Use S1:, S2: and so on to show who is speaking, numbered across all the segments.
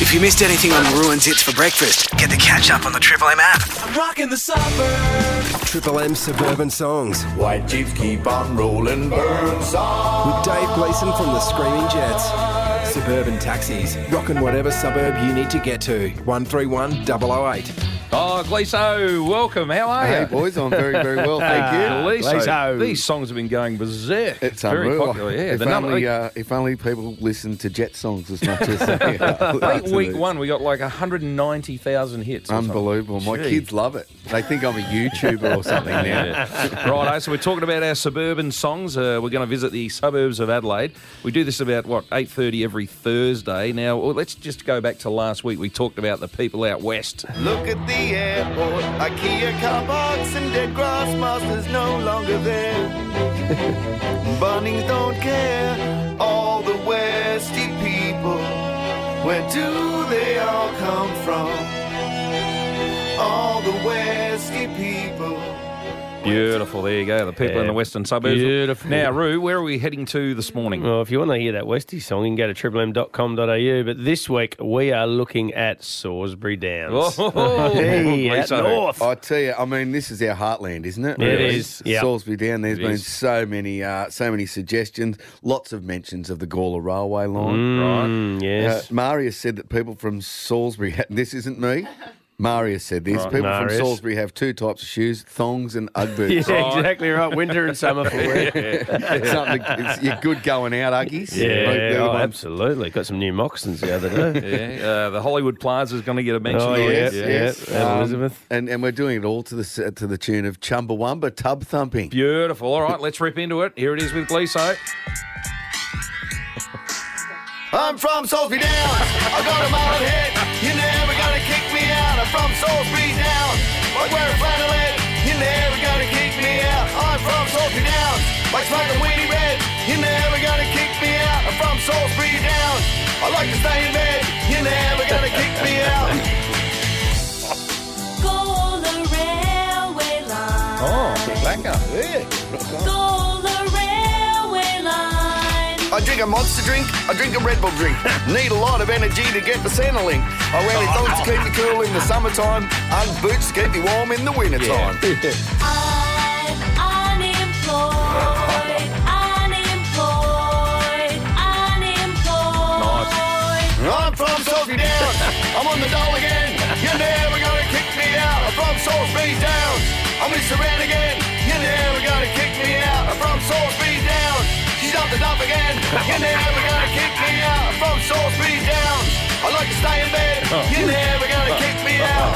S1: If you missed anything on Ruins Hits for Breakfast, get the catch up on the Triple M app.
S2: I'm rocking the suburbs.
S3: Triple M Suburban Songs with
S4: White Jeeps keep on rolling, burn song.
S3: Dave Gleason from the Screaming Jets. Suburban taxis, rocking whatever suburb you need to get to. 131 008.
S5: Oh, Gleeso, welcome. How are
S6: Hey
S5: you? Ah,
S6: boys, I'm very, very well, thank you.
S5: Gleeso. These songs have been going berserk.
S6: It's
S5: Very
S6: unreal.
S5: popular, yeah.
S6: If
S5: The number-
S6: only, uh, if only people listen to jet songs as much as uh, they
S5: I think week one we got like 190,000 hits. or something.
S6: Unbelievable. My
S5: Gee.
S6: kids love it. They think I'm a YouTuber or something now.
S5: Yeah. Righto, eh, so we're talking about our suburban songs. Uh, we're going to visit the suburbs of Adelaide. We do this about what eight thirty every Thursday. Now well, let's just go back to last week. We talked about the people out west.
S7: Look at the airport, IKEA car box, and dead grass masters no longer there. Bunnings don't care, all the Westy people. Where do they all come from? All the Westy people.
S5: Beautiful. There you go. The people in the western suburbs.
S8: Beautiful.
S5: Now, Roo, where are we heading to this morning?
S8: Well, if you want to hear that Westie song, you can go to triplem.com.au. But this week, we are looking at Salisbury Downs.
S5: Oh,
S8: Hey, out
S5: Gleeso.
S8: north.
S6: I tell you, I mean, this is our heartland, isn't it?
S8: It is, yeah.
S6: Salisbury down. There's
S5: It
S6: been
S5: is.
S6: so many, uh, so many suggestions. Lots of mentions of the Gawler Railway line.
S8: Mm,
S6: Uh,
S8: yes.
S6: Marius said that people from Salisbury. This isn't me. Marius said this. people
S8: Marius.
S6: from Salisbury have two types of shoes: thongs and UGG
S8: yeah,
S6: boots.
S8: exactly right. Winter and summer for wear.
S6: Something it's, you're good going out, Uggies. Like
S8: Yeah,
S6: the
S8: oh,
S6: ones-
S8: absolutely. Got some new Moxons the other day.
S5: Yeah, uh, the Hollywood Plaza is going to get a mention.
S8: Oh,
S5: I
S8: yeah,
S5: guess.
S8: yeah.
S6: yes.
S8: and
S6: Um,
S8: Elizabeth.
S6: and and we're doing it all to the s- to the tune of Chumbawamba tub thumping.
S5: Beautiful. All right, let's rip into it. Here it is with Gleeso.
S7: I'm from Salisbury Downs. I got a mullet head. You're never gonna kick me out. I'm from Salisbury Downs. I wear a flannel head. You're never gonna kick me out. I'm from Salisbury Downs. I smoke a weenie red. You're never gonna kick me out. I'm from Salisbury Downs. I like to stay in bed. You're never gonna kick me out.
S9: Go on the railway line. Go on the railway line.
S7: I drink a monster drink, I drink a Red Bull drink. Need a lot of energy to get the Santa link. I wear my thongs to keep me cool in the summertime, and boots to keep me warm in the wintertime.
S9: I'm unemployed. Unemployed. Unemployed.
S7: I'm from Salisbury Downs. I'm on the dole again. You're never gonna kick me out. I'm from Salisbury Downs. I'm in Saran again. You're never gonna kick me out. I'm from Salisbury Downs. She's up the dump again. You're never gonna kick me out. I'm from Salisbury Downs. I like to stay in bed. You're never gonna kick me out.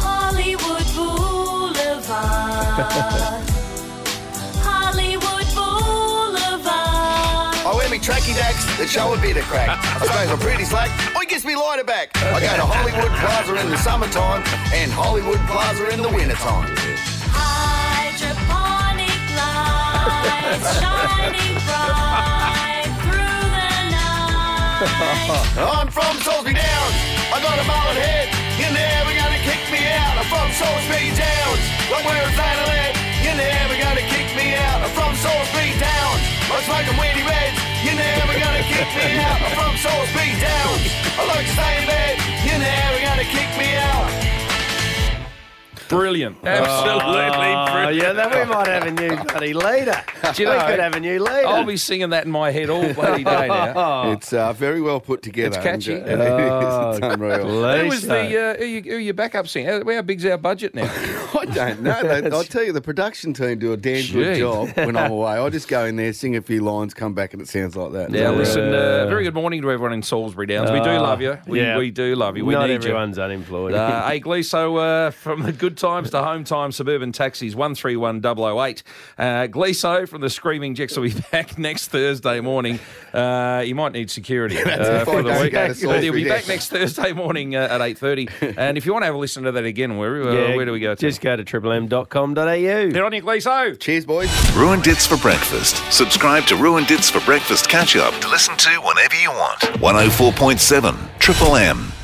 S9: Hollywood Boulevard. Hollywood Boulevard.
S7: I wear me Oh, tracky dacks that show a bit of crack. I suppose I'm pretty slack. Oh, it gets me lighter back. I go to Hollywood Plaza in the summertime and Hollywood Plaza in the wintertime.
S9: Hydroponic lights shining bright through the night.
S7: I'm from Salisbury Downs. I got a mullet head. You're never gonna kick me out. I'm from Salisbury Downs. I'm wearing flannel head. You're never gonna kick me out. I'm from Salisbury Downs. I'm smoking weedy reds. You're never gonna kick me out. I'm from Salisbury Downs. I like to stay in bed. You're never gonna kick me out.
S5: Brilliant. Absolutely
S8: Oh,
S5: brilliant.
S8: yeah, then we might have a new bloody leader.
S5: Do you know-
S8: Oh, we could have a new leader.
S5: I'll be singing that in my head all bloody day
S8: Oh,
S5: now.
S8: Ah.
S6: It's uh, very well put together.
S5: It's catchy.
S6: It is.
S8: Oh,
S6: It's unreal.
S5: Who was the uh, who you, who your backup singer? How, how big's our budget now?
S6: I don't know. They, I'll tell you, the production team do a damn good
S5: Gee.
S6: job when I'm away. I just go in there, sing a few lines, come back, and it sounds like that.
S5: now listen, uh, very good morning to everyone in Salisbury Downs. uh, we do love you. We,
S8: Ah, yeah.
S5: we do love you. We
S8: Not
S5: need you.
S8: everyone's unemployed.
S5: Uh, hey, Glee, so uh, from the good times to home time, suburban taxis, 131008. Uh, Glee, so from the Screaming Jicks will be back next Thursday morning. Uh, you might need security uh,
S6: if
S5: for
S6: I
S5: the
S6: don't
S5: week.
S6: go
S5: But
S6: to
S5: he'll
S6: Salisbury
S5: be back
S6: Downs.
S5: next Thursday morning uh, at 8.30. And if you want to have a listen to that again, where, uh,
S8: Yeah,
S5: where do we go to?
S8: Just go to triplem.com.au.
S5: They're on your Glee, so.
S6: Cheers, boys.
S2: Ruined Dits for breakfast. Subscribe to Ruined Dits for breakfast catch up.
S1: To listen to whenever you want.
S2: 104.7 Triple M.